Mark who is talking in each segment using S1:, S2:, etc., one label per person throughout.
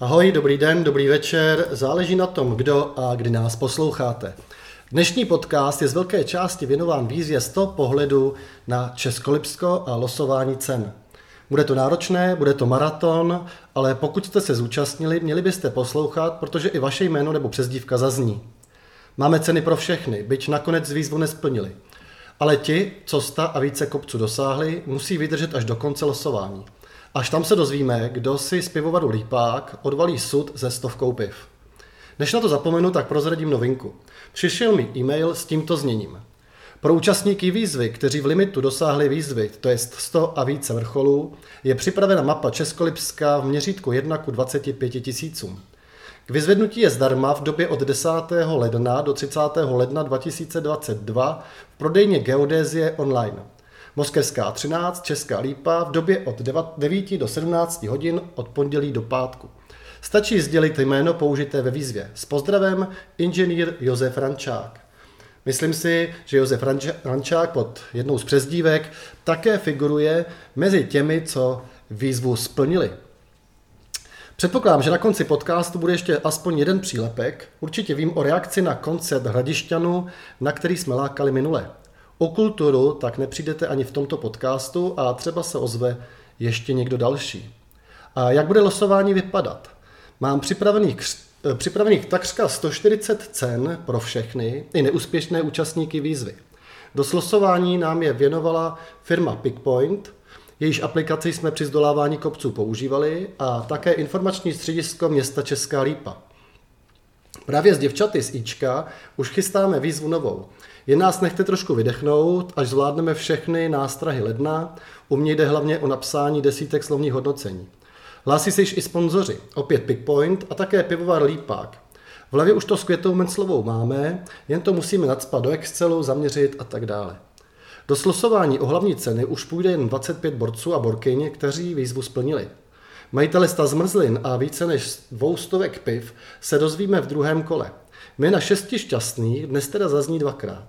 S1: Ahoj, dobrý den, dobrý večer. Záleží na tom, kdo a kdy nás posloucháte. Dnešní podcast je z velké části věnován výzvě 100 pohledů na Českolipsko a losování cen. Bude to náročné, bude to maraton, ale pokud jste se zúčastnili, měli byste poslouchat, protože i vaše jméno nebo přezdívka zazní. Máme ceny pro všechny, byť nakonec výzvu nesplnili. Ale ti, co sta a více kopců dosáhli, musí vydržet až do konce losování. Až tam se dozvíme, kdo si z pivovaru Lípák odvalí sud ze stovkou piv. Než na to zapomenu, tak prozradím novinku. Přišel mi e-mail s tímto zněním. Pro účastníky výzvy, kteří v limitu dosáhli výzvy, to je 100 a více vrcholů, je připravena mapa Českolipska v měřítku 1 ku 25 tisícům. K vyzvednutí je zdarma v době od 10. ledna do 30. ledna 2022 v prodejně Geodézie online. Moskevská 13, Česká Lípa v době od 9 do 17 hodin od pondělí do pátku. Stačí sdělit jméno použité ve výzvě. S pozdravem, inženýr Josef Rančák. Myslím si, že Josef Ranč- Rančák pod jednou z přezdívek také figuruje mezi těmi, co výzvu splnili. Předpokládám, že na konci podcastu bude ještě aspoň jeden přílepek. Určitě vím o reakci na koncert Hradišťanů, na který jsme lákali minule. O kulturu tak nepřijdete ani v tomto podcastu a třeba se ozve ještě někdo další. A jak bude losování vypadat? Mám připravených, kř- eh, připravených takřka 140 cen pro všechny i neúspěšné účastníky výzvy. Do slosování nám je věnovala firma Pickpoint, jejíž aplikaci jsme při zdolávání kopců používali a také informační středisko města Česká Lípa. Právě s děvčaty z Ička už chystáme výzvu novou. Jen nás nechte trošku vydechnout, až zvládneme všechny nástrahy ledna. U mě jde hlavně o napsání desítek slovních hodnocení. Hlásí se již i sponzoři, opět Pickpoint a také pivovar Lípák. V hlavě už to s květou menclovou máme, jen to musíme nadspat do Excelu, zaměřit a tak dále. Do slosování o hlavní ceny už půjde jen 25 borců a borkyň, kteří výzvu splnili. Majitele sta zmrzlin a více než dvoustovek piv se dozvíme v druhém kole. My na šesti šťastných dnes teda zazní dvakrát.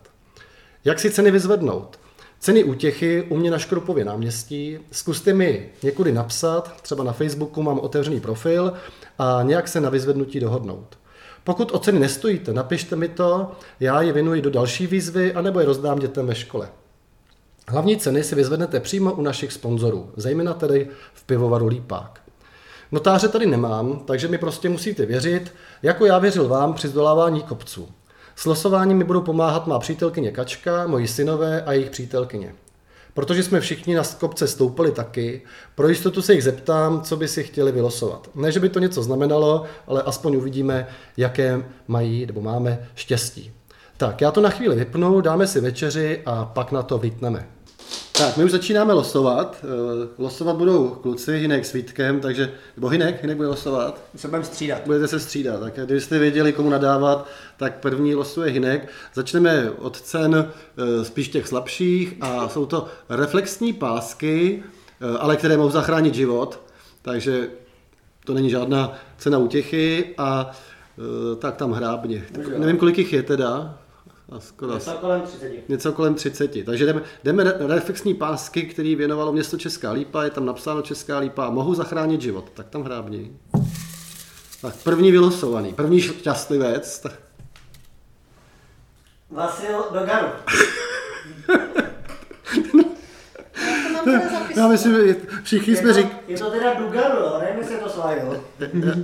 S1: Jak si ceny vyzvednout? Ceny útěchy u mě na Škrupově náměstí. Zkuste mi někudy napsat, třeba na Facebooku mám otevřený profil a nějak se na vyzvednutí dohodnout. Pokud o ceny nestojíte, napište mi to, já je věnuji do další výzvy anebo je rozdám dětem ve škole. Hlavní ceny si vyzvednete přímo u našich sponzorů, zejména tedy v pivovaru Lípák. Notáře tady nemám, takže mi prostě musíte věřit, jako já věřil vám při zdolávání kopců. S losováním mi budou pomáhat má přítelkyně Kačka, moji synové a jejich přítelkyně. Protože jsme všichni na kopce stoupali taky, pro jistotu se jich zeptám, co by si chtěli vylosovat. Ne, že by to něco znamenalo, ale aspoň uvidíme, jaké mají nebo máme štěstí. Tak, já to na chvíli vypnu, dáme si večeři a pak na to vytneme. Tak, my už začínáme losovat. Eh, Losovat budou kluci, Hinek s Vítkem, takže, nebo Hinek, Hinek bude losovat.
S2: My se budeme střídat.
S1: Budete se střídat, tak kdybyste věděli, komu nadávat, tak první losuje Hinek. Začneme od cen eh, spíš těch slabších a jsou to reflexní pásky, eh, ale které mohou zachránit život, takže to není žádná cena útěchy a eh, tak tam hrábně. Tak, nevím, kolik jich je teda. A skoro asi-
S2: Něco kolem 30.
S1: Něco kolem 30. Takže jdeme, jdeme re- reflexní pásky, který věnovalo město Česká Lípa, je tam napsáno Česká Lípa a mohu zachránit život. Tak tam hrábni. Tak první vylosovaný, první šťastlivec. Tak,
S2: Vasil Dogan.
S3: To mám teda
S1: já
S3: zapisovat.
S1: myslím, že všichni jsme
S2: je,
S1: říkali,
S2: to, je to teda Dugan, jo, nevím, jestli je to Svajl.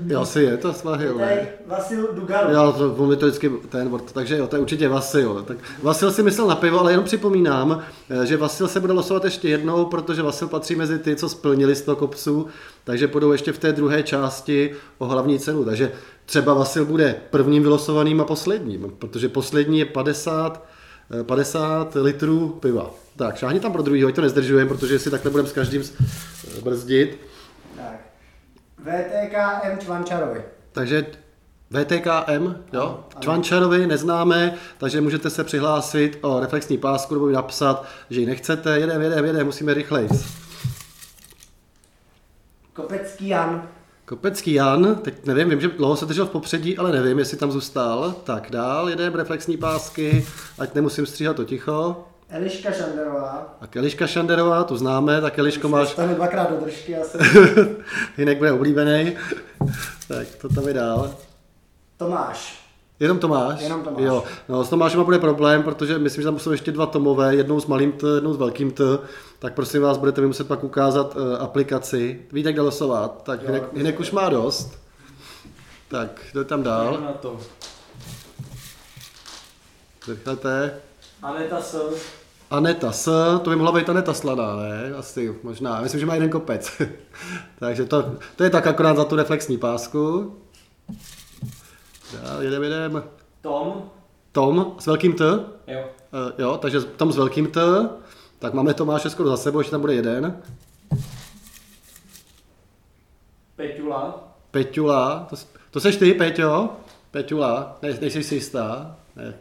S1: jo, asi je to
S2: To
S1: Svahil.
S2: je Vasil Dugan.
S1: Já to, on mi to vždycky ten word, takže jo, to je určitě Vasil. Tak Vasil si myslel na pivo, ale jenom připomínám, eh, že Vasil se bude losovat ještě jednou, protože Vasil patří mezi ty, co splnili 100 kopců, takže půjdou ještě v té druhé části o hlavní cenu. Takže třeba Vasil bude prvním vylosovaným a posledním, protože poslední je 50, eh, 50 litrů piva. Tak, šáhni tam pro druhýho, ať to nezdržujeme, protože si takhle budeme s každým s- brzdit.
S2: Tak. VTKM Čvančarovi.
S1: Takže VTKM, jo? Čvančarovi neznáme, takže můžete se přihlásit o reflexní pásku nebo mi napsat, že ji nechcete. Jedem, jedem, jedem, musíme rychlejc.
S2: Kopecký Jan.
S1: Kopecký Jan, teď nevím, vím, že dlouho se držel v popředí, ale nevím, jestli tam zůstal. Tak dál, jedem, reflexní pásky, ať nemusím stříhat to ticho.
S2: Eliška Šanderová.
S1: A Eliška Šanderová, tu známe, tak Eliško Jako máš,
S2: Stane dvakrát do držky asi.
S1: jinak bude oblíbený. Tak, to tam je dál.
S2: Tomáš.
S1: Jenom Tomáš?
S2: Jenom Tomáš.
S1: Jo. No, s Tomášem bude problém, protože myslím, že tam jsou ještě dva Tomové, jednou s malým T, jednou s velkým T, tak prosím vás, budete mi muset pak ukázat uh, aplikaci. Víte, jak losovat, tak Hinek, Hinek už má dost. Tak, jde tam
S4: Dál.
S2: no.
S1: dál.
S4: na to.
S1: Zrychlete.
S4: Aneta Sl.
S1: Aneta S, to by mohla být Aneta Slaná, ne? Asi, možná. Myslím, že má jeden kopec. Takže to, to je tak akorát za tu reflexní pásku. Dál, jedem, jedem.
S4: Tom.
S1: Tom s velkým T.
S4: Jo.
S1: Eh, jo, takže tam s velkým T, tak máme Tomáše skoro za sebou, ještě tam bude jeden.
S4: Peťula.
S1: Peťula, to, s- to seš ty, Peťo? Peťula, ne, nejsi si jistá. Ne.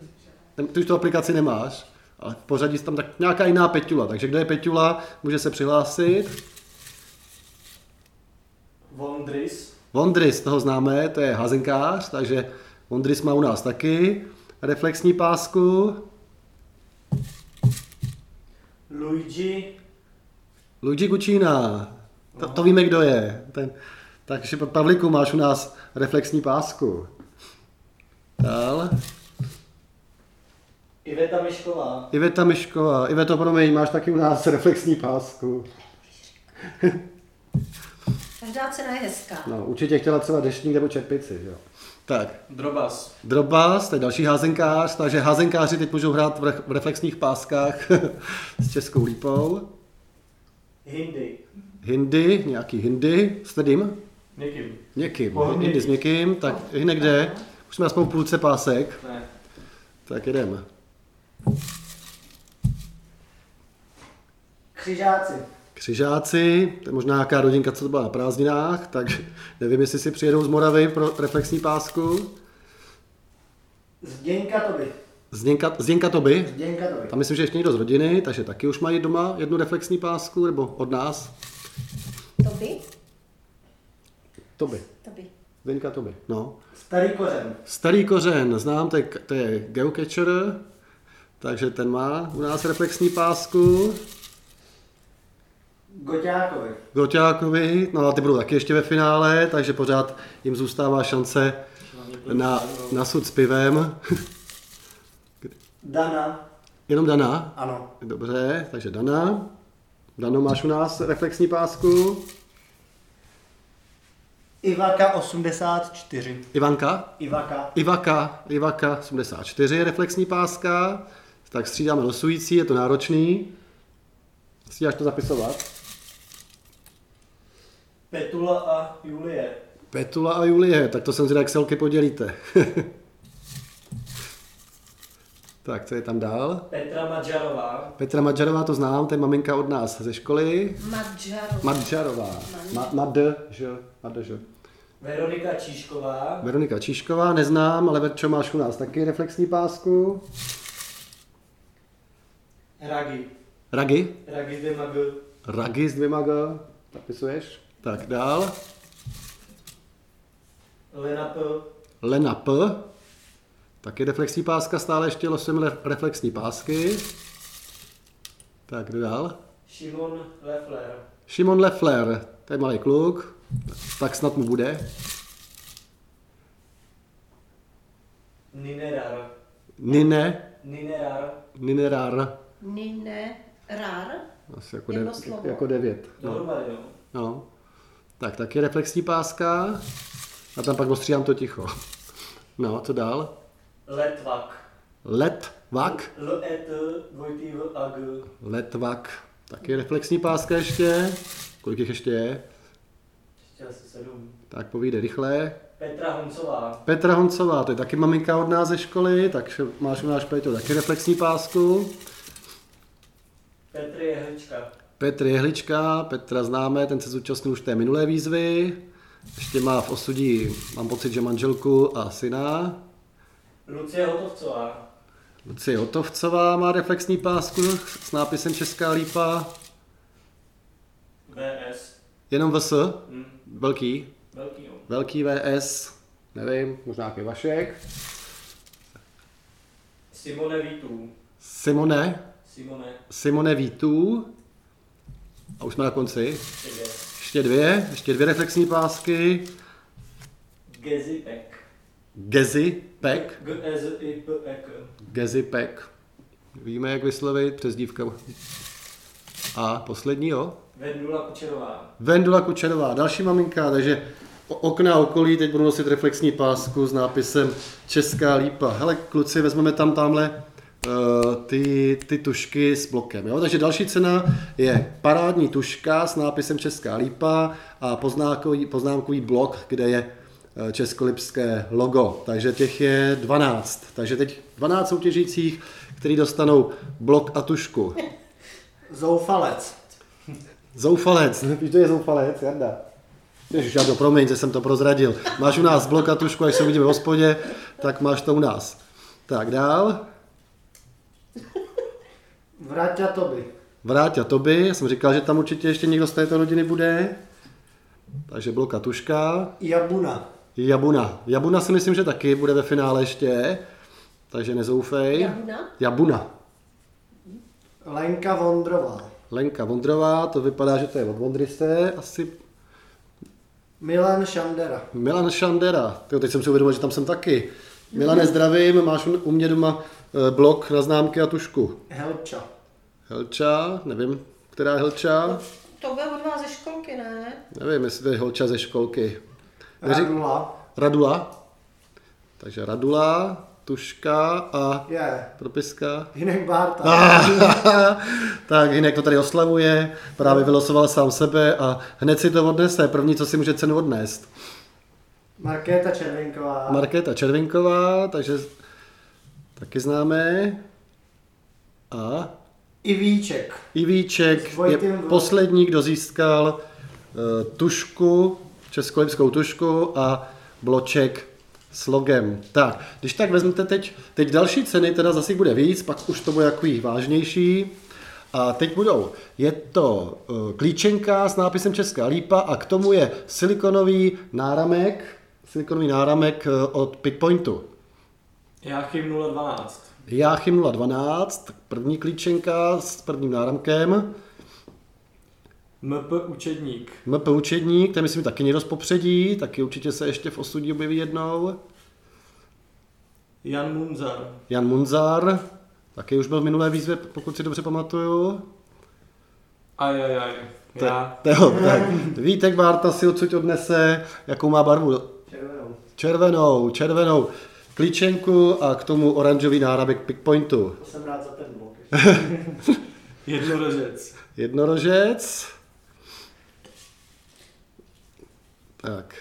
S1: Ten- Ty už tu aplikaci nemáš, ale v pořadí je tam tak nějaká jiná Peťula, takže kdo je Peťula, může se přihlásit.
S4: Vondris.
S1: Vondris, toho známe, to je hazenkář, takže Vondris má u nás taky reflexní pásku.
S4: Luigi.
S1: Luigi Guccina, to, to víme, kdo je. Ten, takže po Pavliku máš u nás reflexní pásku. Dál.
S4: Iveta Mišková.
S1: Iveta Mišková. Iveto, promiň, máš taky u nás reflexní pásku.
S3: Každá cena je hezká.
S1: No, určitě chtěla třeba deštník nebo čepici, že jo. Tak,
S4: Drobas.
S1: Drobás, to je další házenkář, takže házenkáři teď můžou hrát v, re- v reflexních páskách s českou lípou.
S4: Hindi.
S1: Hindy, nějaký hindy, s kterým?
S4: Nikým.
S1: Někým.
S4: Pohodlný.
S1: Hindy s někým, tak hned kde? Už jsme aspoň v půlce pásek.
S4: Ne.
S1: Tak jedeme.
S2: Křižáci.
S1: Křižáci, to je možná nějaká rodinka, co to byla na prázdninách, takže nevím, jestli si přijedou z Moravy pro reflexní pásku.
S2: Zděňka toby.
S1: Zděnka, Zděnka Toby,
S2: Zděňka toby.
S1: tam myslím, že ještě někdo z rodiny, takže taky už mají doma jednu reflexní pásku, nebo od nás.
S3: To by?
S1: Toby,
S3: To by.
S1: Zděnka Toby, no.
S2: Starý kořen.
S1: Starý kořen, znám, to je, to je geocacher, takže ten má u nás reflexní pásku.
S2: Goťákovi.
S1: Goťákovi, no a ty budou taky ještě ve finále, takže pořád jim zůstává šance na, na sud s pivem.
S2: Dana.
S1: Jenom Dana?
S2: Ano.
S1: Dobře, takže Dana. Dano, máš u nás reflexní pásku.
S2: Ivaka 84.
S1: Ivanka?
S2: Ivaka.
S1: Ivaka, Ivaka 74 je reflexní páska. Tak střídáme losující, je to náročný. Stíháš to zapisovat?
S4: Petula a Julie.
S1: Petula a Julie, tak to jsem zvědavý, jak selky podělíte. tak, co je tam dál?
S4: Petra Maďarová.
S1: Petra Madžarová to znám, to je maminka od nás ze školy.
S3: Madžarov.
S1: Madžarová. Ma, mad, že, mad, že.
S4: Veronika Číšková.
S1: Veronika Číšková, neznám, ale Verčo, máš u nás taky reflexní pásku.
S4: Ragi.
S1: Ragi?
S4: Ragi de Magl.
S1: Ragi s dvěma G, zapisuješ? Tak dál.
S4: Lena P.
S1: Lena P. Taky reflexní páska, stále ještě losujeme re- reflexní pásky. Tak kdo dál?
S4: Šimon Leffler.
S1: Šimon Leffler, to je malý kluk, tak snad mu bude.
S4: Ninerar.
S1: Nine,
S4: Ninerar.
S1: Ninerar,
S3: Nine. Rar.
S1: asi jako,
S3: Jedno
S1: dev,
S3: slovo.
S1: jako devět.
S4: Dohromady, no.
S1: No. Tak, taky reflexní páska. A tam pak ostříhám to ticho. No, co dál?
S4: Letvak.
S1: Letvak.
S4: L E T dvojitý V A G.
S1: Letvak. Taky reflexní páska ještě. Kolik jich ještě je?
S4: Ještě asi sedm.
S1: Tak povíde rychle.
S4: Petra Honcová.
S1: Petra Honcová, to je taky maminka od nás ze školy, takže máš u nás Peťo taky reflexní pásku.
S4: Petr Jehlička.
S1: Petr Jehlička, Petra známe, ten se zúčastnil už té minulé výzvy. Ještě má v osudí, mám pocit, že manželku a syna.
S4: Lucie Hotovcová.
S1: Lucie Hotovcová má reflexní pásku s nápisem Česká lípa.
S4: VS.
S1: Jenom VS,
S4: Hm,
S1: velký,
S4: velký jo.
S1: velký VS, nevím, možná nějaký Vašek.
S4: Simone Vitů.
S1: Simone,
S4: Simone.
S1: Simone Vítů. A už jsme na konci.
S4: Seger.
S1: Ještě dvě, ještě dvě reflexní pásky.
S4: Gezipek.
S1: Gezi Pek.
S4: g e i p e k
S1: Gezi Pek. Víme, jak vyslovit přezdívka. A posledního.
S4: Vendula Kučerová.
S1: Vendula Kučerová, další maminka, takže o- okna okolí teď budou nosit reflexní pásku s nápisem Česká lípa. Hele, kluci, vezmeme tam tamhle eh, ty, ty tušky s blokem. Jo? Takže další cena je parádní tuška s nápisem Česká lípa a poznámkový, poznámkový blok, kde je eh, českolipské logo. Takže těch je 12. Takže teď 12 soutěžících, kteří dostanou blok a tušku.
S2: Zoufalec.
S1: Zoufalec. Víš, to je zoufalec, Jarda. Ježiš, Jardo, promiň, že jsem to prozradil. Máš u nás blok a tušku, až se uvidíme v hospodě, tak máš to u nás. Tak dál.
S2: Vrať a toby.
S1: Vráť a toby. Já jsem říkal, že tam určitě ještě někdo z této rodiny bude. Takže blok a tuška.
S2: Jabuna.
S1: Jabuna. Jabuna si myslím, že taky bude ve finále ještě. Takže nezoufej.
S3: Jabuna?
S1: Jabuna.
S2: Lenka Vondrová.
S1: Lenka Vondrová, to vypadá, že to je od Vondryse. Asi
S2: Milan Šandera.
S1: Milan Šandera, jo, teď jsem si uvědomil, že tam jsem taky. Milane, zdravím, máš u- u mě doma eh, blok na známky a tušku.
S2: Helča.
S1: Helča, nevím, která je Helča,
S3: To byl od vás ze školky, ne?
S1: nevím, jestli to je Helča ze školky. Neři-
S2: Radula.
S1: Radula. Takže Radula, tuška a
S2: Je.
S1: propiska.
S2: Hinek Bárta.
S1: Ah. tak Hinek to tady oslavuje, právě vylosoval sám sebe a hned si to odnese, první, co si může cenu odnést.
S2: Markéta Červenková.
S1: Markéta Červinková, takže taky známe. A
S2: Ivíček.
S1: Ivíček
S2: S
S1: je
S2: Vojtěm Vlk.
S1: poslední, kdo získal eh, tušku, českolipskou tušku a bloček s logem. Tak, když tak vezmete teď, teď další ceny, teda zase jich bude víc, pak už to bude takový vážnější. A teď budou, je to eh, klíčenka s nápisem Česká lípa a k tomu je silikonový náramek, silikonový náramek eh, od Pitpointu.
S4: Jáchym 012.
S1: Jáchym 012, první klíčenka s prvním náramkem.
S4: MP Učedník.
S1: MP Učedník, ten myslím taky někdo z popředí, taky určitě se ještě v osudí objeví jednou.
S4: Jan Munzar.
S1: Jan Munzar, taky už byl v minulé výzvě, pokud si dobře pamatuju.
S4: Ajajaj. Já.
S1: Teo, tak. Vítek Bárta si odsud odnese, jakou má barvu.
S2: Červenou.
S1: Červenou, červenou klíčenku a k tomu oranžový náramek pickpointu.
S2: To jsem rád za ten blok.
S4: Jednorožec.
S1: Jednorožec. Tak.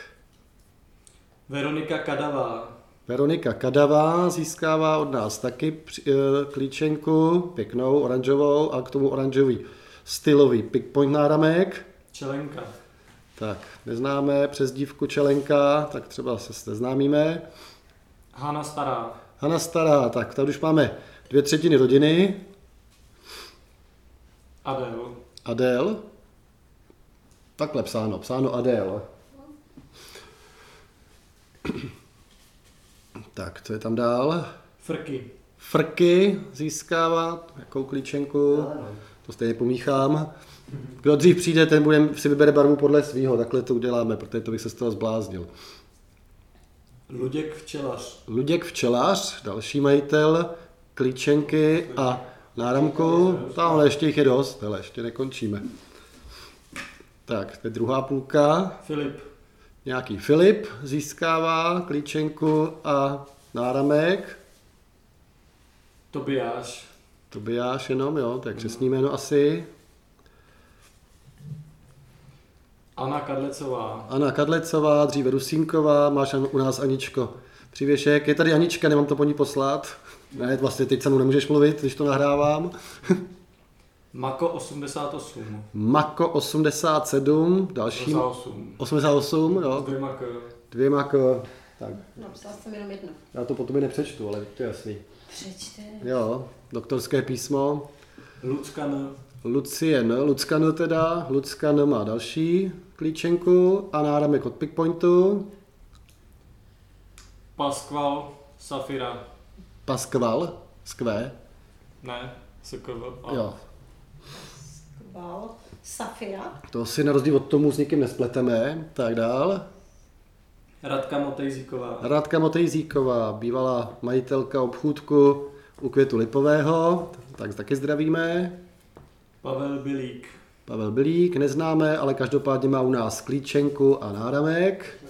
S4: Veronika Kadavá.
S1: Veronika Kadavá získává od nás taky při- eh, klíčenku, pěknou, oranžovou a k tomu oranžový stylový pickpoint náramek.
S4: Čelenka.
S1: Tak, neznáme přes dívku Čelenka, tak třeba se seznámíme.
S4: Hana Stará.
S1: Hana Stará, tak tady už máme dvě třetiny rodiny.
S4: Adel.
S1: Adel. Takhle psáno, psáno Adel. Tak, co je tam dál?
S4: Frky.
S1: Frky získává, jakou klíčenku.
S2: Zelenou.
S1: To stejně pomíchám. Kdo dřív přijde, ten bude, si vybere barvu podle svého. Takhle to uděláme, protože to bych se z toho zbláznil.
S4: Luděk Včelař.
S1: Luděk Včelař, další majitel, klíčenky a náramku. Tamhle ještě jich je dost, hele, ještě nekončíme. Tak, to je druhá půlka.
S4: Filip.
S1: Nějaký Filip získává klíčenku a náramek.
S4: Tobiáš.
S1: To by jáš jenom, jo, tak přesný jméno asi.
S4: Anna Kadlecová.
S1: Anna Kadlecová, dříve Rusínková, máš an- u nás Aničko Přivěšek. Je tady Anička, nemám to po ní poslat. Ne, vlastně teď se mnou nemůžeš mluvit, když to nahrávám.
S4: Mako 88.
S1: Mako 87, další.
S4: 88.
S1: 88,
S4: S
S1: jo,
S4: dvěma k.
S1: dvě Mako. Tak,
S3: Napsala jsem jenom jedno.
S1: já to po tobě nepřečtu, ale to je jasný.
S3: Přečte.
S1: Jo, doktorské písmo.
S4: Luckan.
S1: Lucien, Luckan teda, Luckan má další klíčenku a náramek od Pickpointu.
S4: Paskval. Safira.
S1: Paskval, skvé,
S4: Ne. SKV. A
S1: jo,
S3: Kval. Safira.
S1: To si na rozdíl od tomu s nikým nespleteme. Tak dál.
S4: Radka Motejzíková.
S1: Radka Motejzíková, bývalá majitelka obchůdku u květu Lipového, tak taky zdravíme.
S4: Pavel Bilík.
S1: Pavel Bilík, neznáme, ale každopádně má u nás klíčenku a náramek.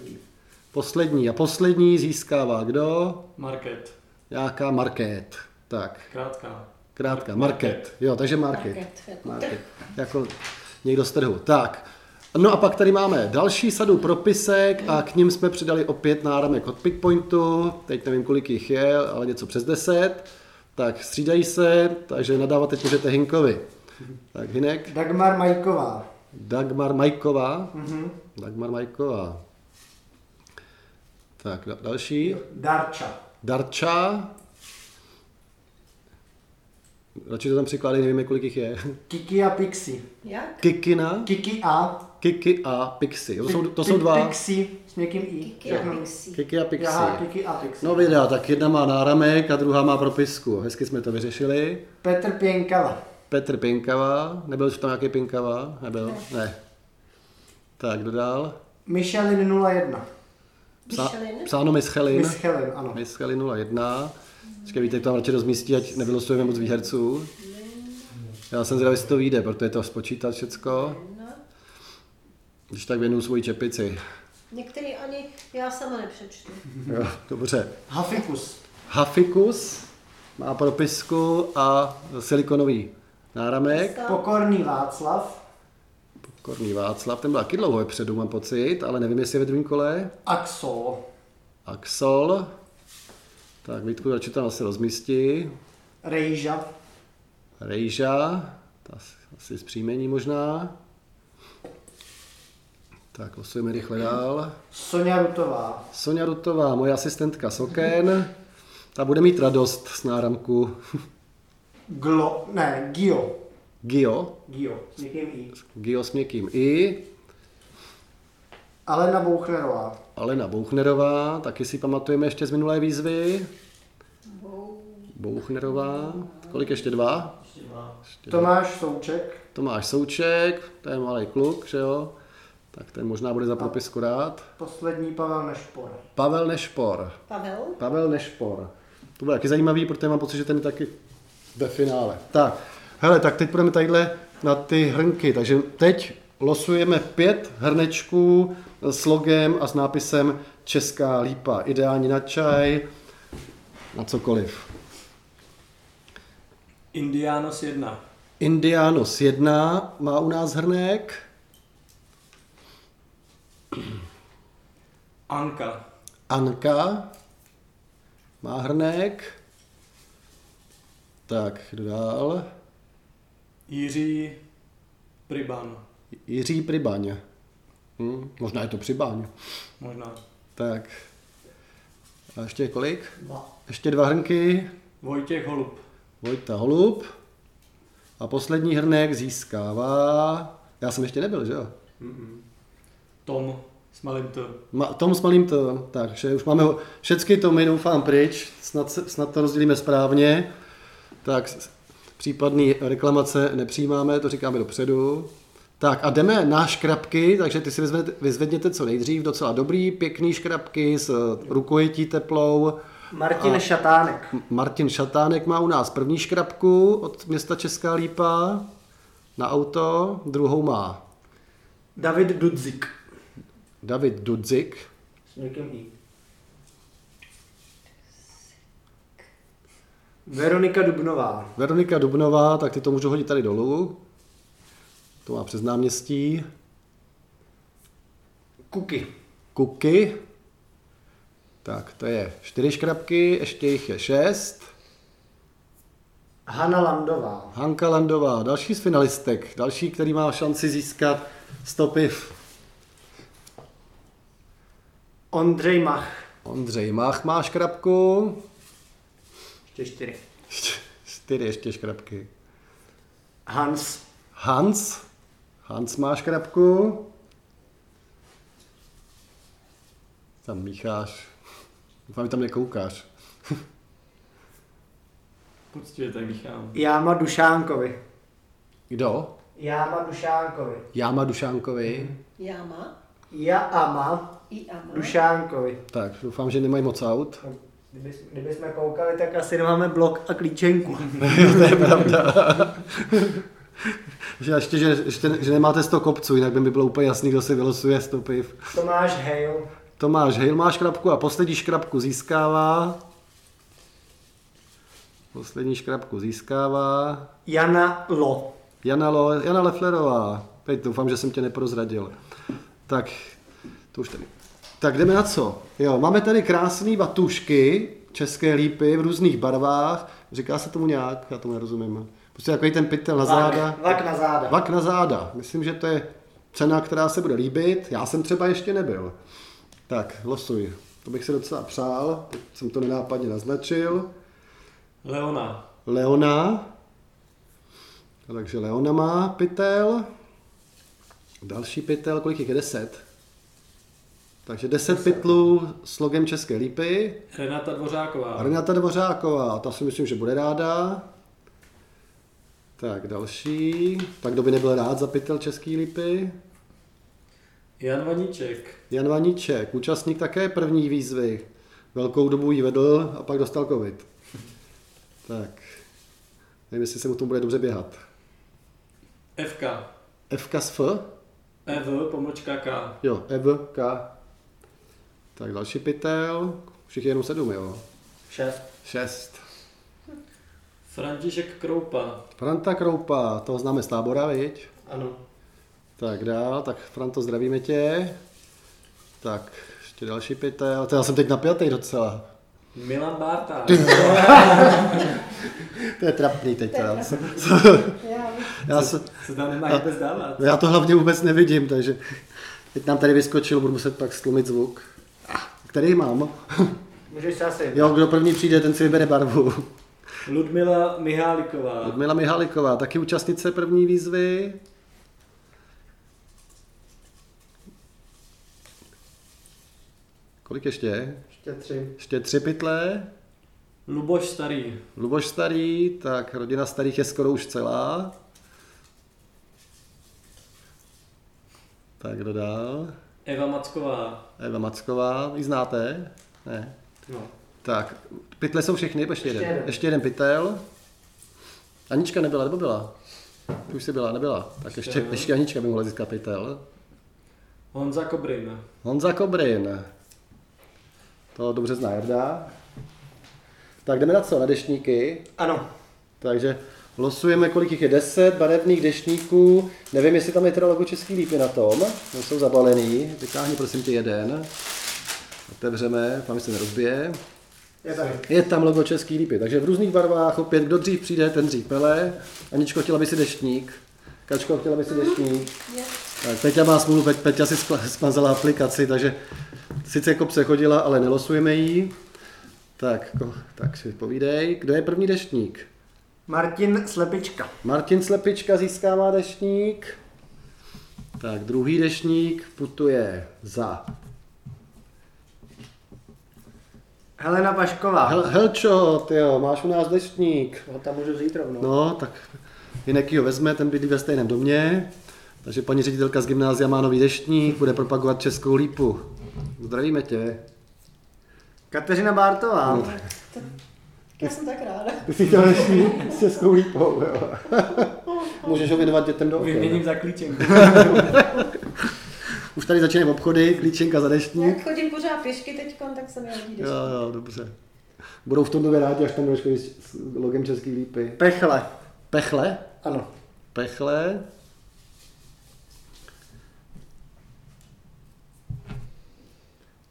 S1: Poslední a poslední získává kdo?
S4: Market.
S1: Nějaká market. Tak,
S4: Krátká.
S1: krátka, market. Jo, takže market.
S3: Market, jako
S1: Market. Jako někdo z trhu. Tak, no a pak tady máme další sadu propisek a k ním jsme přidali opět náramek od Pickpointu. Teď nevím, kolik jich je, ale něco přes 10. Tak střídají se, takže nadávat teď můžete Hinkovi. Tak Hinek,
S2: Dagmar Majková.
S1: Dagmar Majková.
S2: Mhm.
S1: Dagmar Majková. Tak, da- další.
S2: Darča.
S1: Darča. Radši to tam přikládají, nevíme, kolik jich je.
S2: Kiki a Pixi.
S3: Jak?
S1: Kikina,
S2: Kiki a...
S1: Kiki a Pixie. To jsou, to
S2: Pi-
S1: jsou
S2: pi-
S1: dva.
S2: Pixi s měkkým i.
S3: Kiky a
S2: Všechno.
S3: Pixie.
S1: Kiki a
S2: Aha,
S1: Pixie.
S2: Kiki a Pixi.
S1: No videa, tak jedna má náramek a druhá má propisku. Hezky jsme to vyřešili.
S2: Petr Pěnkava.
S1: Petr Pinkava, nebyl tam nějaký Pinkava? Nebyl? Ne. Tak, kdo dál?
S2: Michelin 01.
S3: Michelin?
S1: psáno Miss Helen.
S2: Miss Helen, ano.
S1: Miss Helen 01. Počkej, víte, jak to tam radši rozmístí, ať nevylosujeme moc výherců. Já jsem zvědavý, jestli to vyjde, protože to spočítat všecko.
S3: No.
S1: Když tak věnuju svoji čepici.
S3: Některý ani já sama nepřečtu.
S1: Jo, dobře.
S2: Hafikus.
S1: Hafikus má propisku a silikonový náramek.
S3: Stál-
S2: Pokorný Václav.
S1: Korný Václav, ten byl taky dlouho vepředu, mám pocit, ale nevím, jestli je ve druhém kole.
S2: Axo.
S1: Axol. Tak Vítku, radši tam asi rozmístí.
S2: Rejža.
S1: Rejža, ta s- asi z příjmení možná. Tak losujeme rychle dál.
S2: Sonja Rutová.
S1: Sonja Rutová, moje asistentka Soken. Ta bude mít radost z náramku
S2: Glo. Ne, Gio.
S1: Gio.
S2: Gio. S někým i.
S1: Gio s měkkým I.
S2: Alena Bouchlerová.
S1: Alena Bouchnerová, taky si pamatujeme ještě z minulé výzvy. Bouchnerová, kolik ještě dva? Ještě dva.
S2: Tomáš Souček.
S1: Tomáš Souček, to je malý kluk, že jo? Tak ten možná bude za propisku rád.
S2: Poslední Pavel Nešpor.
S1: Pavel Nešpor.
S3: Pavel?
S1: Pavel Nešpor. To bude taky zajímavý, protože mám pocit, že ten je taky ve finále. Tak, hele, tak teď půjdeme tadyhle na ty hrnky. Takže teď losujeme pět hrnečků s logem a s nápisem Česká lípa. Ideální na čaj, na cokoliv.
S4: Indianos 1.
S1: Indianos 1 má u nás hrnek.
S4: Anka.
S1: Anka má hrnek. Tak, kdo dál?
S4: Jiří Priban.
S1: Jiří Pribaň. Hm, možná je to Přibaň.
S4: Možná.
S1: Tak. A ještě kolik?
S2: Dva.
S1: Ještě dva hrnky.
S4: Vojtěch Holub.
S1: Vojta Holub. A poslední hrnek získává... Já jsem ještě nebyl, že jo?
S4: Tom s malým T.
S1: Ma, tom s malým to. Takže už máme ho- všechny tomy, doufám, pryč. Snad, se- snad to rozdělíme správně. Tak s- případný reklamace nepřijímáme, to říkáme dopředu. Tak a jdeme na škrabky, takže ty si vyzved, vyzvedněte co nejdřív, docela dobrý, pěkný škrabky s eh, rukojetí teplou.
S2: Martin a... Šatánek.
S1: M- Martin Šatánek má u nás první škrabku od města Česká Lípa na auto, druhou má
S2: David Dudzik.
S1: David Dudzik,
S2: S někým i. Veronika Dubnová.
S1: Veronika Dubnová, tak ty to můžu hodit tady dolů. To má přes náměstí.
S2: Kuky.
S1: Kuky. Tak to je čtyři škrabky, ještě jich je šest.
S2: Hanna Landová.
S1: Hanka Landová, další z finalistek, další, který má šanci získat 100 piv.
S2: Ondřej Mach.
S1: Ondřej Mach má škrabku.
S2: Ještě čtyři.
S1: Čtyři ještě škrabky.
S2: Hans.
S1: Hans. Hans má škrabku. Tam mícháš. Doufám, že tam nekoukáš.
S4: Poctivě tak míchám.
S2: Jáma Dušánkovi.
S1: Kdo?
S2: Jáma Dušánkovi.
S1: Mhm. Jáma Dušánkovi.
S3: Jáma?
S2: Jaama
S3: I a má.
S2: Dušánkovi.
S1: Tak, doufám, že nemají moc aut.
S2: Kdyby, kdyby jsme koukali, tak asi nemáme blok a klíčenku.
S1: Že ještě, že, ještě, že nemáte 100 kopců, jinak by mi bylo úplně jasný, kdo si vylosuje 100 piv.
S2: Tomáš Hale.
S1: Tomáš Hejl má škrabku a poslední škrabku získává. Poslední škrabku získává.
S2: Jana Lo.
S1: Jana, Lo, Jana Leflerová. Teď doufám, že jsem tě neprozradil. Tak, to už tady. Tak jdeme na co? Jo, máme tady krásné batušky, české lípy v různých barvách. Říká se tomu nějak, já tomu nerozumím. Prostě takový ten pytel na záda.
S2: Vak, vak na záda.
S1: Vak na záda. Myslím, že to je cena, která se bude líbit. Já jsem třeba ještě nebyl. Tak, losuj. To bych si docela přál. Teď jsem to nenápadně naznačil.
S4: Leona.
S1: Leona. Takže Leona má pytel. Další pytel, kolik jich je? 10. Takže 10 pytlů s logem České lípy.
S4: Renata Dvořáková.
S1: A Renata Dvořáková, ta si myslím, že bude ráda. Tak další. Tak kdo by nebyl rád za pytel České lípy?
S4: Jan Vaníček.
S1: Jan Vaníček, účastník také první výzvy. Velkou dobu ji vedl a pak dostal covid. Tak. Nevím, jestli se mu tomu bude dobře běhat.
S4: FK.
S1: FK s F?
S4: EV E pomlčka K.
S1: Jo, EV, K. Tak další pytel. Všichni jenom sedm, jo.
S2: Šest.
S1: Šest.
S4: František Kroupa.
S1: Franta Kroupa, toho známe z tábora, viď?
S2: Ano.
S1: Tak dál, tak Franto, zdravíme tě. Tak, ještě další pytel. To já jsem teď napjatý docela.
S4: Milan Bárta.
S1: To je trapný teď. Já,
S3: Já vlastně- bych
S1: já, jsem-
S4: Se tam nemá nic bezdávat.
S1: já to hlavně vůbec nevidím, takže teď nám tady vyskočil, budu muset pak stlumit zvuk. Ah, Který mám?
S2: Můžeš se asi.
S1: Jo, kdo první přijde, ten si vybere barvu.
S4: Ludmila Miháliková.
S1: Ludmila Mihaliková, taky účastnice první výzvy. Kolik ještě?
S2: Ještě tři.
S1: Ještě tři pytle.
S4: Luboš Starý.
S1: Luboš starý, tak rodina starých je skoro už celá. Tak kdo dál?
S4: Eva Macková.
S1: Eva Macková, vy znáte? Ne.
S4: No.
S1: Tak, pytle jsou všechny, nebo ještě,
S2: Ještě
S1: jeden.
S2: jeden.
S1: Ještě jeden pytel. Anička nebyla, nebo byla? Ty už jsi byla, nebyla. Tak
S4: Ještě
S1: ještě,
S4: ne.
S1: ještě Anička by mohla získat pytel.
S4: Honza Kobrin.
S1: Honza Kobrin. To dobře zná Jarda. Tak jdeme na co? Na deštníky.
S2: Ano.
S1: Takže losujeme, kolik jich je 10 barevných deštníků. Nevím, jestli tam je teda logo Český lípy na tom. No, jsou zabalený. Vytáhni prosím tě jeden. Otevřeme, tam se nerozbije.
S2: Je tady.
S1: Je tam logo Český lípy, takže v různých barvách opět, kdo dřív přijde, ten dřív pele. Aničko, chtěla by si deštník. Kačko, chtěla by si deštník.
S3: mě
S1: Tak, Peťa má smůlu, Pe- Peťa si skla- smazala aplikaci, takže sice jako přechodila, ale nelosujeme ji. Tak, ko, tak si povídej, kdo je první deštník?
S2: Martin Slepička.
S1: Martin Slepička získává deštník. Tak, druhý deštník putuje za
S2: Helena Pašková.
S1: Hel- Helčo, tyjo, máš u nás deštník.
S2: No, tam můžu vzít rovnou.
S1: No, tak jinak ho vezme, ten bydlí ve stejném domě. Takže paní ředitelka z gymnázia má nový deštník, bude propagovat českou lípu. Zdravíme tě.
S2: Kateřina Bártová. No.
S3: já jsem tak ráda.
S1: Ty jsi chtěl deštník s českou lípou, jo. Můžeš ho věnovat dětem do
S4: Vyměním
S1: oken.
S4: za klíčenku.
S1: Už tady začínají obchody, klíčenka za deštník.
S3: Jak chodím pořád pěšky teď, tak jsem já vidíš.
S1: Hm. Jo, jo, dobře. Budou v tom době rádi, až tam budeš chodit s s logem český lípy.
S2: Pechle.
S1: Pechle?
S2: Ano.
S1: Pechle.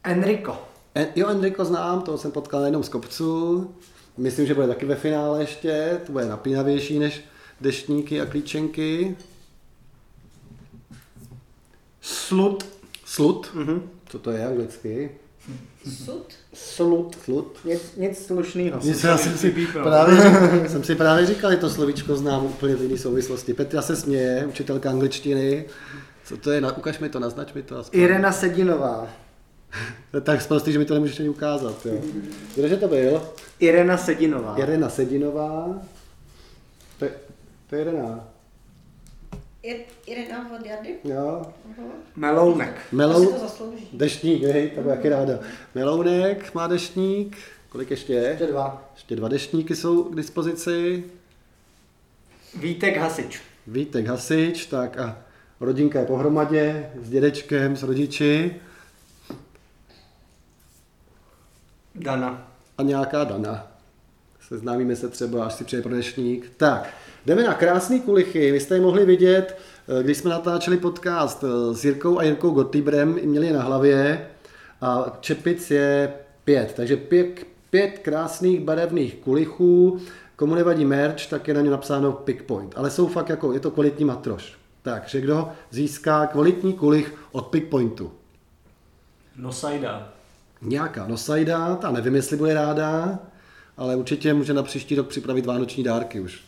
S2: Enrico.
S1: En, jo, Enrico znám, toho jsem potkal na jednom z kopců. Myslím, že bude taky ve finále ještě, to bude napínavější než deštníky a klíčenky.
S2: Slut.
S1: Slut,
S2: Mhm.
S1: co to je anglicky?
S3: Sud?
S2: Slut.
S1: Slut.
S2: Nic, nic slušného.
S1: Nic, já jsem si, právě, jsem si právě říkal, že to slovíčko znám úplně v jiné souvislosti. Petra se směje, učitelka angličtiny. Co to je? Na- Ukaž mi to, naznač mi to. Aspoň.
S2: Irena Sedinová.
S1: To je Tak sprostý, že mi to nemůžeš ani ukázat. Jo. Kdože to byl?
S2: Irena Sedinová.
S1: Irena Sedinová. To je, to je Irena.
S3: je jeden a od Jardy?
S1: Jo.
S3: Uh-huh.
S2: Melounek.
S3: Melou...
S1: Melou...
S3: Asi to zaslouží.
S1: Deštník, hej, tak jak je ráda. Melounek má deštník, kolik ještě
S2: Ještě
S1: je?
S2: dva.
S1: Ještě dva deštníky jsou k dispozici.
S2: Vítek Hasič.
S1: Vítek Hasič, tak a rodinka je pohromadě, s dědečkem, s rodiči
S2: Dana.
S1: a nějaká Dana. Seznámíme se třeba, až si přijde pro dnešník. Tak, jdeme na krásný kulichy. Vy jste je mohli vidět, eh, když jsme natáčeli podcast eh, s Jirkou a Jirkou Gottlibrem, měli je na hlavě a čepic je pět, takže pět, pět krásných barevných kulichů. Komu nevadí merch, tak je na ně napsáno Pickpoint, ale jsou fakt jako, je to kvalitní matroš. Takže kdo získá kvalitní kulich od Pickpointu?
S4: Nosajda.
S1: Nějaká nosajda, ta nevím, jestli bude ráda, ale určitě může na příští rok připravit vánoční dárky už.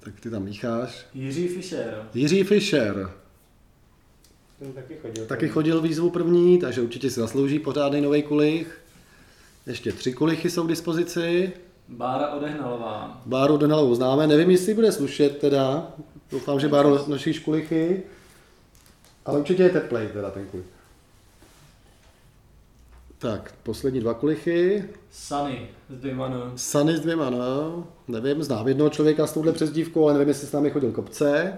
S1: Tak ty tam mícháš.
S4: Jiří Fischer.
S1: Jiří Fischer
S2: Ten taky chodil.
S1: taky chodil výzvu první, takže určitě si zaslouží pořádný nový kulich. Ještě tři kulichy jsou k dispozici.
S4: Bára Odehnalová.
S1: Báru Donalovou známe, nevím, jestli bude slušet teda. Doufám, že Báro nosíš kulichy. Ale určitě je teplej teda ten kulich. Tak, poslední dva kulichy.
S4: Sunny z Bimanu.
S1: Sunny s dvěma, no. Nevím, znám jednoho člověka s touhle přezdívkou, ale nevím, jestli s námi chodil kopce.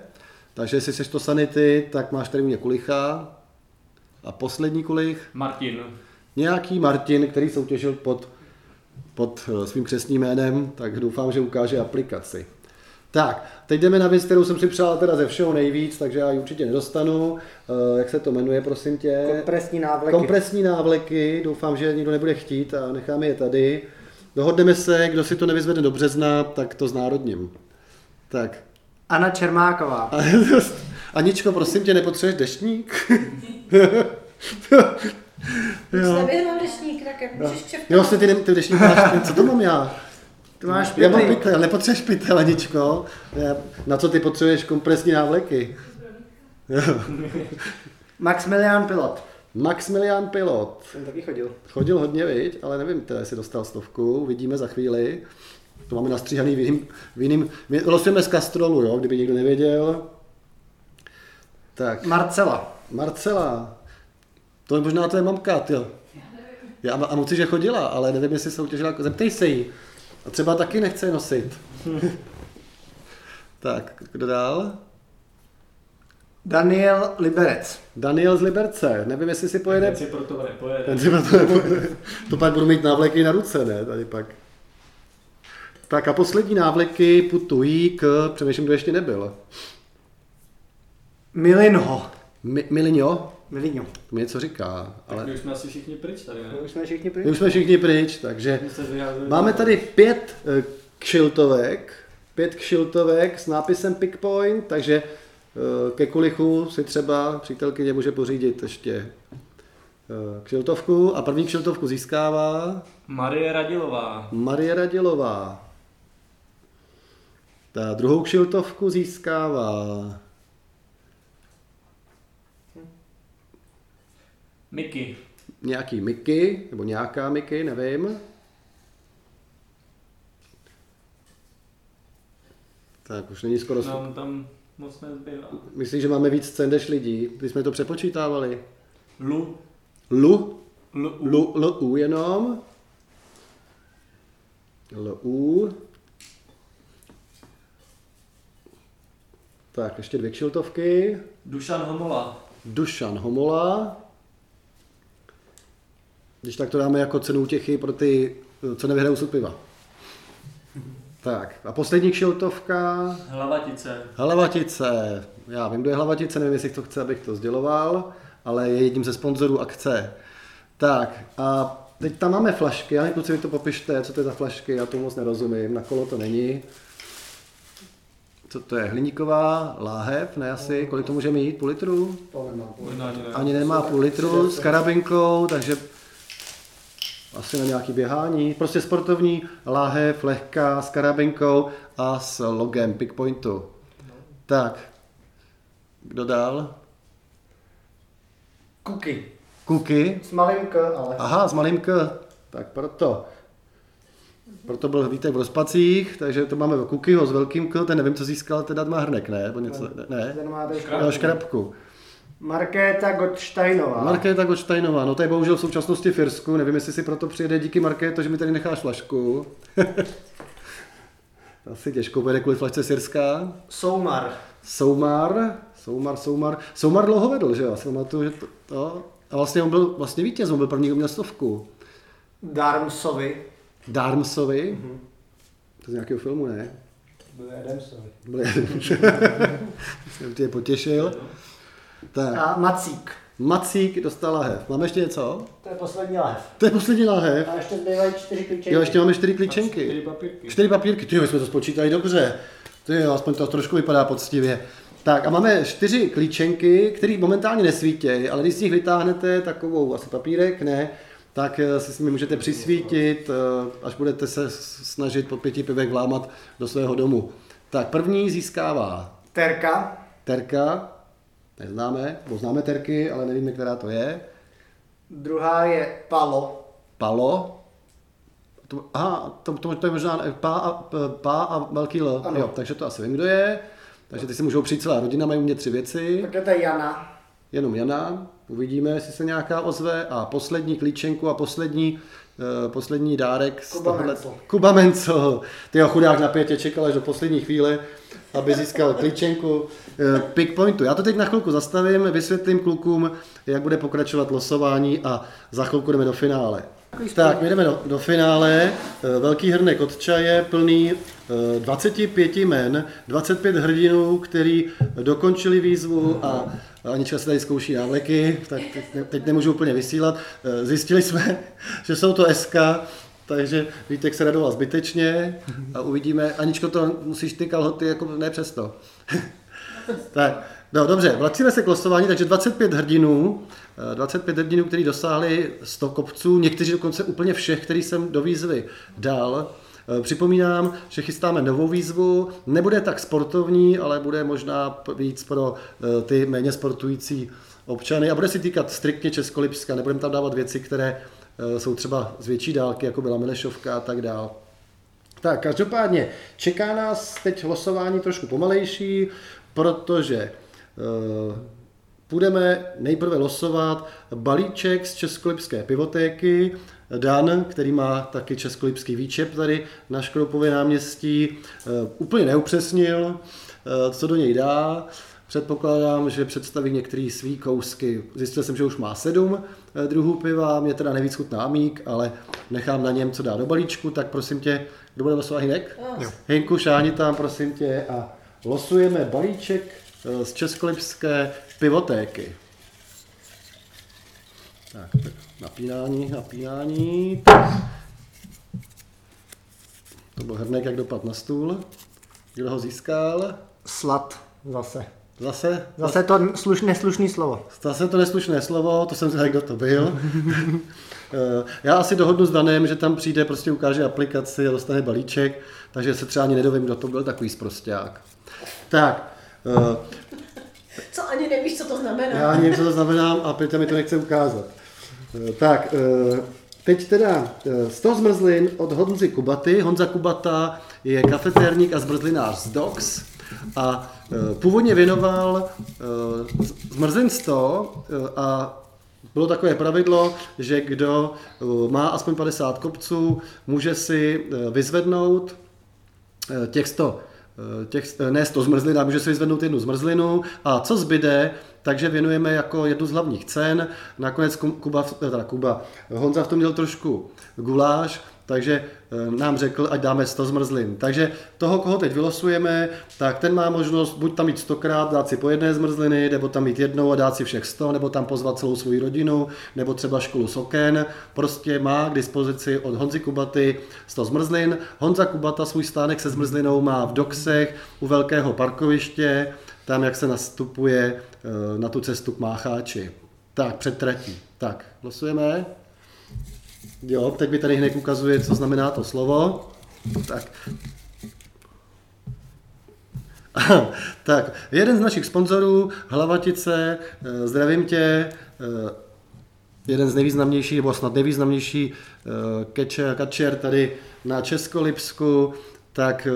S1: Takže jestli seš to Sunny ty, tak máš tady u mě kulicha. A poslední kulich,
S4: Martin.
S1: nějaký Martin, který soutěžil pod, pod eh, svým křesním jménem, tak doufám, že ukáže aplikaci. Tak, teď jdeme na věc, kterou jsem si přál teda ze všeho nejvíc, takže já ji určitě nedostanu. Eh, Jak se to jmenuje, prosím tě?
S2: Kompresní návleky.
S1: Kompresní návleky, doufám, že nikdo nebude chtít a necháme je tady. Dohodneme se, kdo si to nevyzvede do března, tak to znárodním. Tak.
S2: Anna Čermáková.
S1: A, Aničko, prosím tě, nepotřebuješ deštník?
S3: Když nevyhnal dešník, tak jak můžeš křeptat.
S1: Jo, se ty, ne- ty deštník máš, co to mám já?
S2: To máš
S1: Já mám
S2: pytlík.
S1: pytel, nepotřebuješ pytel, Aničko. Ne, Na co ty potřebuješ kompresní návleky?
S2: Maximilian Pilot.
S1: Maximilian Pilot.
S2: Ten taky chodil.
S1: Chodil hodně, viď, ale nevím, teda, jestli dostal stovku, uvidíme za chvíli. To máme nastříhaný v jiným, v jiným my losujeme z kastrolu, jo, kdyby nikdo nevěděl. Tak,
S2: Marcela.
S1: Marcela, to je možná tvoje mamka, ty. Já, a moci, že chodila, ale nevím, jestli soutěžila, zeptej se jí. A třeba taky nechce je nosit. tak, kdo dál?
S2: Daniel Liberec.
S1: Daniel z Liberce, nevím, jestli si pojede
S4: Ten si pro to nepojede.
S1: Ten třeba to, nebude. to pak budu mít návleky na ruce, ne? Tady pak. Tak a poslední návleky putují k, přemýšlím, kdo ještě nebyl.
S2: Milinho.
S1: Mi, Milinho
S2: Milinho.
S1: mi něco říká,
S4: Ale...
S1: ale
S4: My už jsme asi všichni pryč tady, ne?
S2: Už jsme všichni
S1: my
S2: pryč.
S1: už jsme všichni pryč, takže
S4: My se vyházeli.
S1: máme tady pět eh, kšiltovek, pět kšiltovek s nápisem Pickpoint, takže eh, ke kulichu si třeba přítelkyně může pořídit ještě eh, kšiltovku a první kšiltovku získává
S4: Marie Radilová.
S1: Marie Radilová. Ta druhou kšiltovku získává
S4: Miky.
S1: nějaký Miky, nebo nějaká Miky, nevím. Tak už není skoro... No.
S4: Nám tam moc nezbývá.
S1: Myslím, že máme víc cen než lidí. Když jsme to přepočítávali.
S4: Lu.
S1: Lu,
S4: Lu.
S1: lu, lu, lu jenom. Lu. Tak, ještě dvě kšiltovky.
S4: Dušan Homola.
S1: Dušan Homola. Když tak to dáme jako cenu útěchy pro ty, co nevyhrajou sud piva. Tak, a poslední kšiltovka.
S4: Hlavatice.
S1: Hlavatice. Já vím, kdo je Hlavatice, nevím, jestli to chce, abych to sděloval, ale je jedním ze sponzorů akce. Tak, a teď tam máme flašky, ale kluci, vy to popište, co to je za flašky, já to moc nerozumím, na kolo to není. Co to je? Hliníková láhev, ne asi, kolik to může mít? Půl litru?
S2: To nemám.
S4: Možná ani ne.
S1: Ani nemá půl litru s karabinkou, takže asi na nějaký běhání. Prostě sportovní láhev, lehká, s karabinkou a s logem Pickpointu. Tak, kdo dál?
S2: Kuky.
S1: Kuky.
S2: S malým K, ale.
S1: Aha, s malým K. Tak proto. Proto byl Vítek v rozpacích, takže to máme Kukyho s velkým K, ten nevím, co získal, teda má hrnek, ne? Nebo něco, ne?
S2: Ten má trošku.
S1: Jo, škrabku.
S2: Markéta Gottsteinová.
S1: Markéta Gočtajnová, no to je bohužel v současnosti v Irsku, nevím, jestli si proto přijede díky Markéto, že mi tady necháš flašku. Asi těžko bude kvůli flašce Sirska.
S2: Soumar.
S1: Soumar, Soumar, Soumar. Soumar dlouho vedl, že jo? Asi pamatuju, že to, to. A vlastně on byl vlastně vítěz, on byl první, kdo měl stovku.
S2: Darmsovi.
S1: Darmsovi. To z nějakého filmu, ne?
S5: Byl Adamsovi.
S1: Byl- Jsem tě potěšil. Tak,
S2: A Macík.
S1: Macík dostal lahev. Máme ještě něco?
S5: To je poslední lahev.
S1: To je poslední lahev.
S5: A ještě zbývají čtyři klíčenky.
S1: Jo, ještě máme čtyři
S4: Čtyři
S1: klíčenky.
S4: papírky.
S1: Čtyři papírky, ty jo, my jsme to spočítali dobře. Ty jo, aspoň to trošku vypadá poctivě. Tak a máme čtyři klíčenky, které momentálně nesvítějí, ale když z nich vytáhnete takovou, asi papírek, ne, tak eh, si s nimi můžete přisvítit, eh, až budete se s- snažit po pěti pivek vlámat do svého domu. Tak první získává
S2: Terka.
S1: Terka, neznáme, bo známe Terky, ale nevíme, která to je.
S2: Druhá je Palo.
S1: Palo. To, aha, to, to, to je možná ne- pá a, p- pá a velký L.
S2: Ano.
S1: Jo, takže to asi vím, kdo je. Takže ty si můžou přijít celá rodina, mají u mě tři věci.
S2: Tak je to Jana.
S1: Jenom Jana, uvidíme, jestli se nějaká ozve. A poslední klíčenku a poslední, eh, poslední dárek. z
S2: Kuba
S1: tohohle-
S2: Mencl.
S1: Kuba Mencl. Ty jo, chudák na pětě čekal až do poslední chvíle, aby získal klíčenku eh, pickpointu. Já to teď na chvilku zastavím, vysvětlím klukům, jak bude pokračovat losování a za chvilku jdeme do finále. Tak, my jdeme do, do finále. Eh, Velký hrnek od čaje plný eh, 25 jmen, 25 hrdinů, který dokončili výzvu a Anička se tady zkouší návleky, tak teď ne- teď nemůžu úplně vysílat. Eh, Zjistili jsme, že jsou to SK, takže Vítek se radoval zbytečně a uvidíme. Aničko, to musíš ty kalhoty, jako ne přesto. tak, no dobře, vracíme se k losování, takže 25 hrdinů, eh, 25 hrdinů, kteří dosáhli 100 kopců, někteří dokonce úplně všech, který jsem do výzvy dal. Eh, Připomínám, že chystáme novou výzvu, nebude tak sportovní, ale bude možná p- víc pro eh, ty méně sportující občany a bude si týkat striktně Českolipska, nebudeme tam dávat věci, které eh, jsou třeba z větší dálky, jako byla Milešovka a tak dál. Tak, každopádně čeká nás teď losování trošku pomalejší, protože e, budeme nejprve losovat balíček z Českolipské pivotéky. Dan, který má taky českolipský výčep tady na Škroupově náměstí, e, úplně neupřesnil, e, co do něj dá. Předpokládám, že představí některý svý kousky. Zjistil jsem, že už má sedm eh, druhů piva, mě teda nejvíc chutná mík, ale nechám na něm, co dá do balíčku, tak prosím tě, kdo bude losovat Hinek?
S3: Jo.
S1: Hinku, šáni tam, prosím tě, a losujeme balíček eh, z Českolipské pivotéky. Tak, tak napínání, napínání. To byl hrnek, jak dopad na stůl. Kdo ho získal?
S2: Slad. Zase.
S1: Zase?
S2: Zase to slušné, slušné slovo.
S1: Zase to neslušné slovo, to jsem zvědavý, kdo to byl. Eh, Já asi dohodnu s Danem, že tam přijde, prostě ukáže aplikaci a dostane balíček, takže se třeba ani nedovím, kdo to byl takový sprosták. Tak, eh,
S3: Co ani nevíš, co to znamená.
S1: já nevím, co to znamená a Peťa mi to nechce ukázat. Eh, Tak, eh, teď teda eh, 100 zmrzlin od Honzy Kubaty. Honza Kubata je kafetérník a zmrzlinář z DOX a eh, původně věnoval eh, z- zmrzlin 100 eh, a bylo takové pravidlo, že kdo eh, má aspoň 50 kopců, může si eh, vyzvednout eh, těch 100, eh, těch, eh, ne 100 zmrzlin, ale může si vyzvednout jednu zmrzlinu a co zbyde, takže věnujeme jako jednu z hlavních cen. Nakonec Ku- Kuba, v- eh, teda Kuba, Honza v tom měl trošku guláš, takže eh, nám řekl, ať dáme 100 zmrzlin. Takže toho, koho teď vylosujeme, tak ten má možnost buď tam jít stokrát, dát si po jedné zmrzliny, nebo tam jít jednou a dát si všech 100, nebo tam pozvat celou svou rodinu, nebo třeba školu Soken. Prostě má k dispozici od Honzy Kubaty 100 zmrzlin. Honza Kubata svůj stánek se zmrzlinou má v Doxech u velkého parkoviště, tam jak se nastupuje eh, na tu cestu k Mácháči. Tak, před tratí. Tak, losujeme. Jo, teď mi tady hned ukazuje, co znamená to slovo. Tak, tak, jeden z našich sponzorů, Hlavatice, eh, zdravím tě, eh, jeden z nejvýznamnějších, nebo snad nejvýznamnější eh, catcher, catcher tady na Českolipsku, tak eh,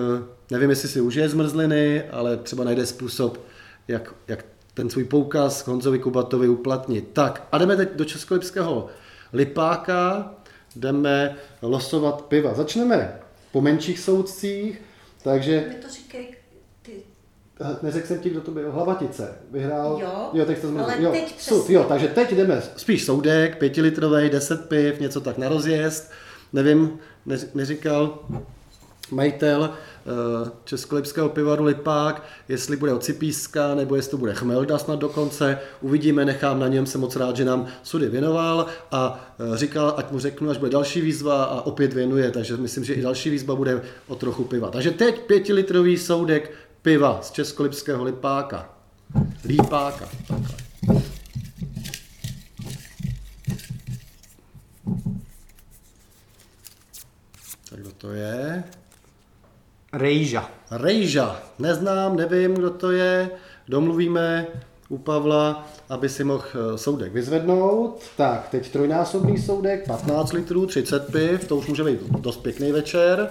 S1: nevím, jestli si užije zmrzliny, ale třeba najde způsob, jak, jak ten svůj poukaz k Honzovi Kubatovi uplatnit. Tak a jdeme teď do Českolipského Lipáka, jdeme losovat piva. Začneme po menších soudcích, takže
S3: Mi to říkej, ty,
S1: Eh, Neřekl jsem ti, kdo to byl. Hlavatice vyhrál.
S3: Jo,
S1: jo tak to
S3: ale
S1: zmrzl. jo,
S3: teď přesně.
S1: sud, jo, takže teď jdeme spíš soudek, pětilitrový, deset piv, něco tak na rozjezd. Nevím, neř- neříkal majitel eh, Českolipského pivaru Lipák, jestli bude ocipíska, nebo jestli to bude chmelda snad dokonce. Uvidíme, nechám na něm, jsem moc rád, že nám sudy věnoval a eh, říkal, ať mu řeknu, až bude další výzva a opět věnuje, takže myslím, že i další výzva bude o trochu piva. Takže teď pětilitrový soudek piva z Českolipského Lipáka. Lípáka. Takhle. Tak kdo to je?
S2: Rejža.
S1: Rejža. Neznám, nevím, kdo to je. Domluvíme u Pavla, aby si mohl eh, soudek vyzvednout. Tak, teď trojnásobný soudek, 15 litrů, 30 piv, to už může být dost pěkný večer.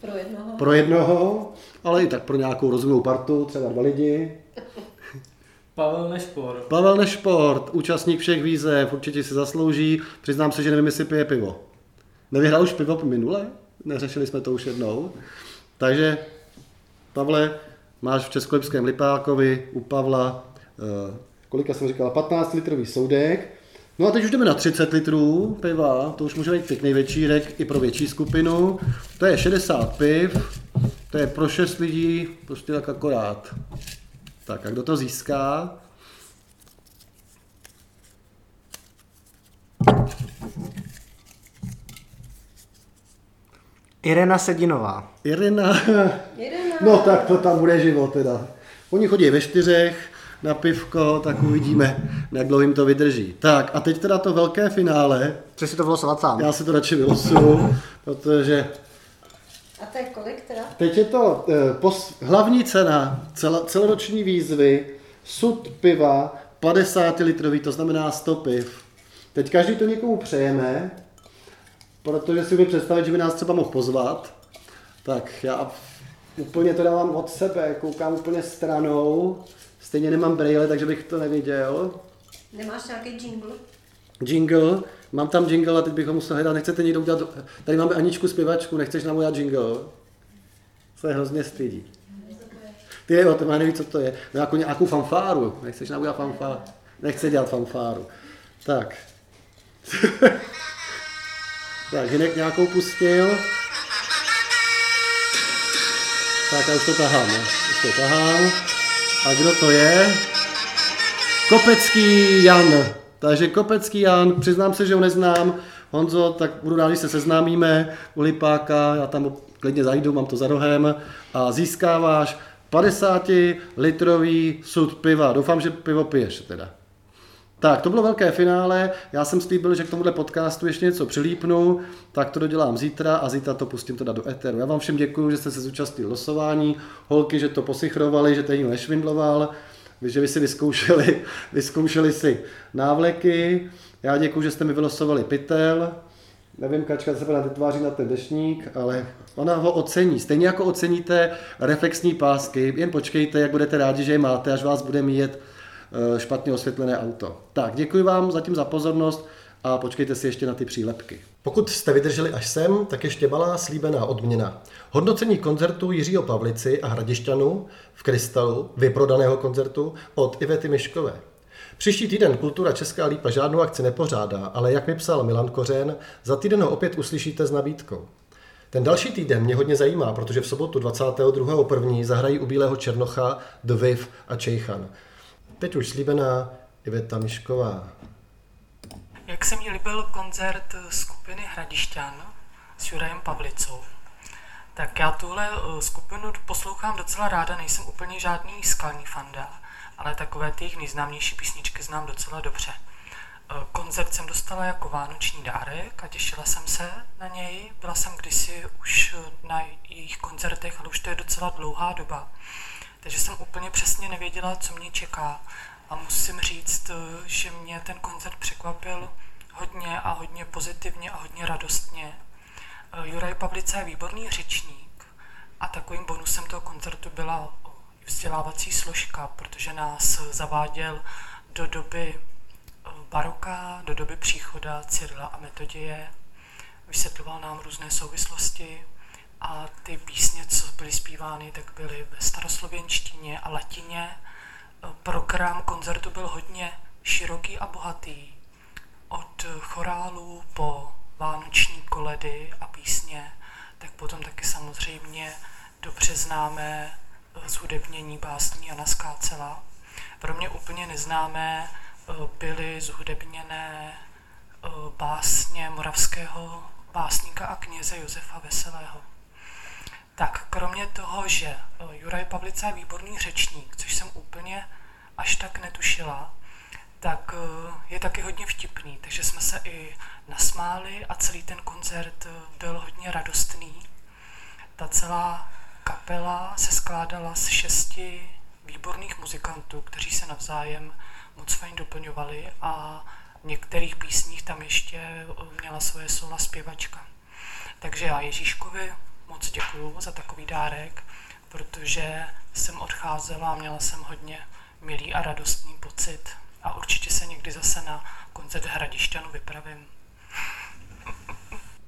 S3: pro jednoho.
S1: Pro jednoho, ale i tak pro nějakou rozumnou partu, třeba dva lidi.
S4: Pavel Nešpor.
S1: Pavel Nešport, účastník všech výzev, určitě si zaslouží. Přiznám se, že nevím, jestli pije pivo. Nevyhrál už pivo minule? Neřešili jsme to už jednou. Takže, Pavle, máš v Českolipském Lipákovi u Pavla, eh, kolika jsem říkal, 15 litrový soudek. No a teď už jdeme na 30 litrů piva, to už může být pěkný večírek i pro větší skupinu. To je 60 piv, to je pro 6 lidí, prostě tak akorát. Tak a kdo to získá?
S2: Irena Sedinová.
S1: Irina.
S3: Jeden
S1: No tak to tam bude život teda. Oni chodí ve čtyřech na pivko, tak uvidíme, jak dlouho jim to vydrží. Tak a teď teda to velké finále.
S2: Chce si to vylosovat sám.
S1: Já si to radši vylosuju, protože
S3: A to je kolik teda?
S1: teď je to eh, pos- hlavní cena cel- celoroční výzvy, sud piva, 50 litrový, to znamená 100 piv. Teď každý to někomu přejeme, protože si umím představit, že by nás třeba mohl pozvat. Tak já úplně to dávám od sebe, koukám úplně stranou, stejně nemám brýle, takže bych to neviděl.
S3: Nemáš nějaký jingle?
S1: Jingle, mám tam jingle a teď bych ho musel hledat, nechcete někdo udělat, tady máme Aničku zpěvačku, nechceš nám udělat jingle? Se hrozně stydí. Ty jo, to má neví, co to je. No jako nějakou fanfáru, nechceš nám udělat fanfáru. Nechce dělat fanfáru. Tak. tak, Hinek nějakou pustil. Tak a už to tahám, ne? už to tahám. A kdo to je? Kopecký Jan. Takže Kopecký Jan, přiznám se, že ho neznám. Honzo, tak budu rád, když se seznámíme u Lipáka, já tam klidně zajdu, mám to za rohem a získáváš 50 litrový sud piva. Doufám, že pivo piješ teda. Tak, to bylo velké finále. Já jsem slíbil, že k tomuhle podcastu ještě něco přilípnu, tak to dodělám zítra a zítra to pustím teda do éteru. Já vám všem děkuji, že jste se zúčastnili losování, holky, že to posichrovali, že to nikdo nešvindloval, že vy si vyzkoušeli, vyzkoušeli si návleky. Já děkuji, že jste mi vylosovali pytel. Nevím, Kačka se na tváří na ten dešník, ale ona ho ocení. Stejně jako oceníte reflexní pásky, jen počkejte, jak budete rádi, že je máte, až vás bude mít eh, špatně osvětlené auto. Tak, děkuji vám zatím za pozornost a počkejte si ještě na ty přílepky. Pokud jste vydrželi až sem, tak ještě malá slíbená odměna. Hodnocení koncertu Jiřího Pavlici a Hradišťanů v Krystalu, vyprodaného koncertu, od Ivety Miškové. Příští týden Kultura Česká lípa žádnou akci nepořádá, ale jak mi psal Milan Kořen, za týden ho opět uslyšíte s nabídkou. Ten další týden mě hodně zajímá, protože v sobotu 22.1. zahrají u Bílého Černocha The Viv a Čejchan. Teď už slíbená Iveta Mišková.
S6: Jak se mi líbil koncert skupiny Hradišťan s Jurajem Pavlicou, tak já tuhle eh, skupinu poslouchám docela ráda, nejsem úplně žádný skalní fanda, ale takové ty jejich nejznámější písničky znám docela dobře. Eh, Koncert jsem dostala jako vánoční dárek a těšila jsem se na něj. Byla jsem kdysi už eh, na jejich koncertech, ale už to je docela dlouhá doba. Takže jsem úplně přesně nevěděla, co mě čeká. A musím říct, eh, že mě ten koncert překvapil hodně a hodně pozitivně a hodně radostně. Eh, Juraj Pavlice je výborný řečník a takovým bonusem toho koncertu byla eh, vzdělávací složka, protože nás eh, zaváděl do doby eh, baroka, do doby příchoda Cyrila a Metoděje. Vysvětloval nám různé souvislosti a ty písně, co byly zpívány, tak byly ve staroslověnštině a latině. Eh, Program koncertu byl hodně široký a bohatý. Od chorálu po vánoční koledy a písně, tak potom taky samozřejmě dobře známé eh, zhudebnění básní Jana Skácela. Pro mě úplně neznámé eh, byly zhudebněné eh, básně moravského básníka a kněze Josefa Veselého. Tak kromě toho, že eh, Juraj Pavlica je výborný řečník, což jsem úplně až tak netušila, tak eh, je taky hodně vtipný, takže jsme se i nasmáli a celý ten koncert eh, byl hodně radostný. Ta celá kapela se skládala z šesti výborných muzikantů, kteří se navzájem moc fajn doplňovali a v některých písních tam ještě eh, měla svoje sola zpěvačka. Takže já Ježíškovi moc děkuju za takový dárek, protože jsem odcházela a měla jsem hodně milý a radostný pocit a určitě se někdy zase na koncert Hradišťanu vypravím.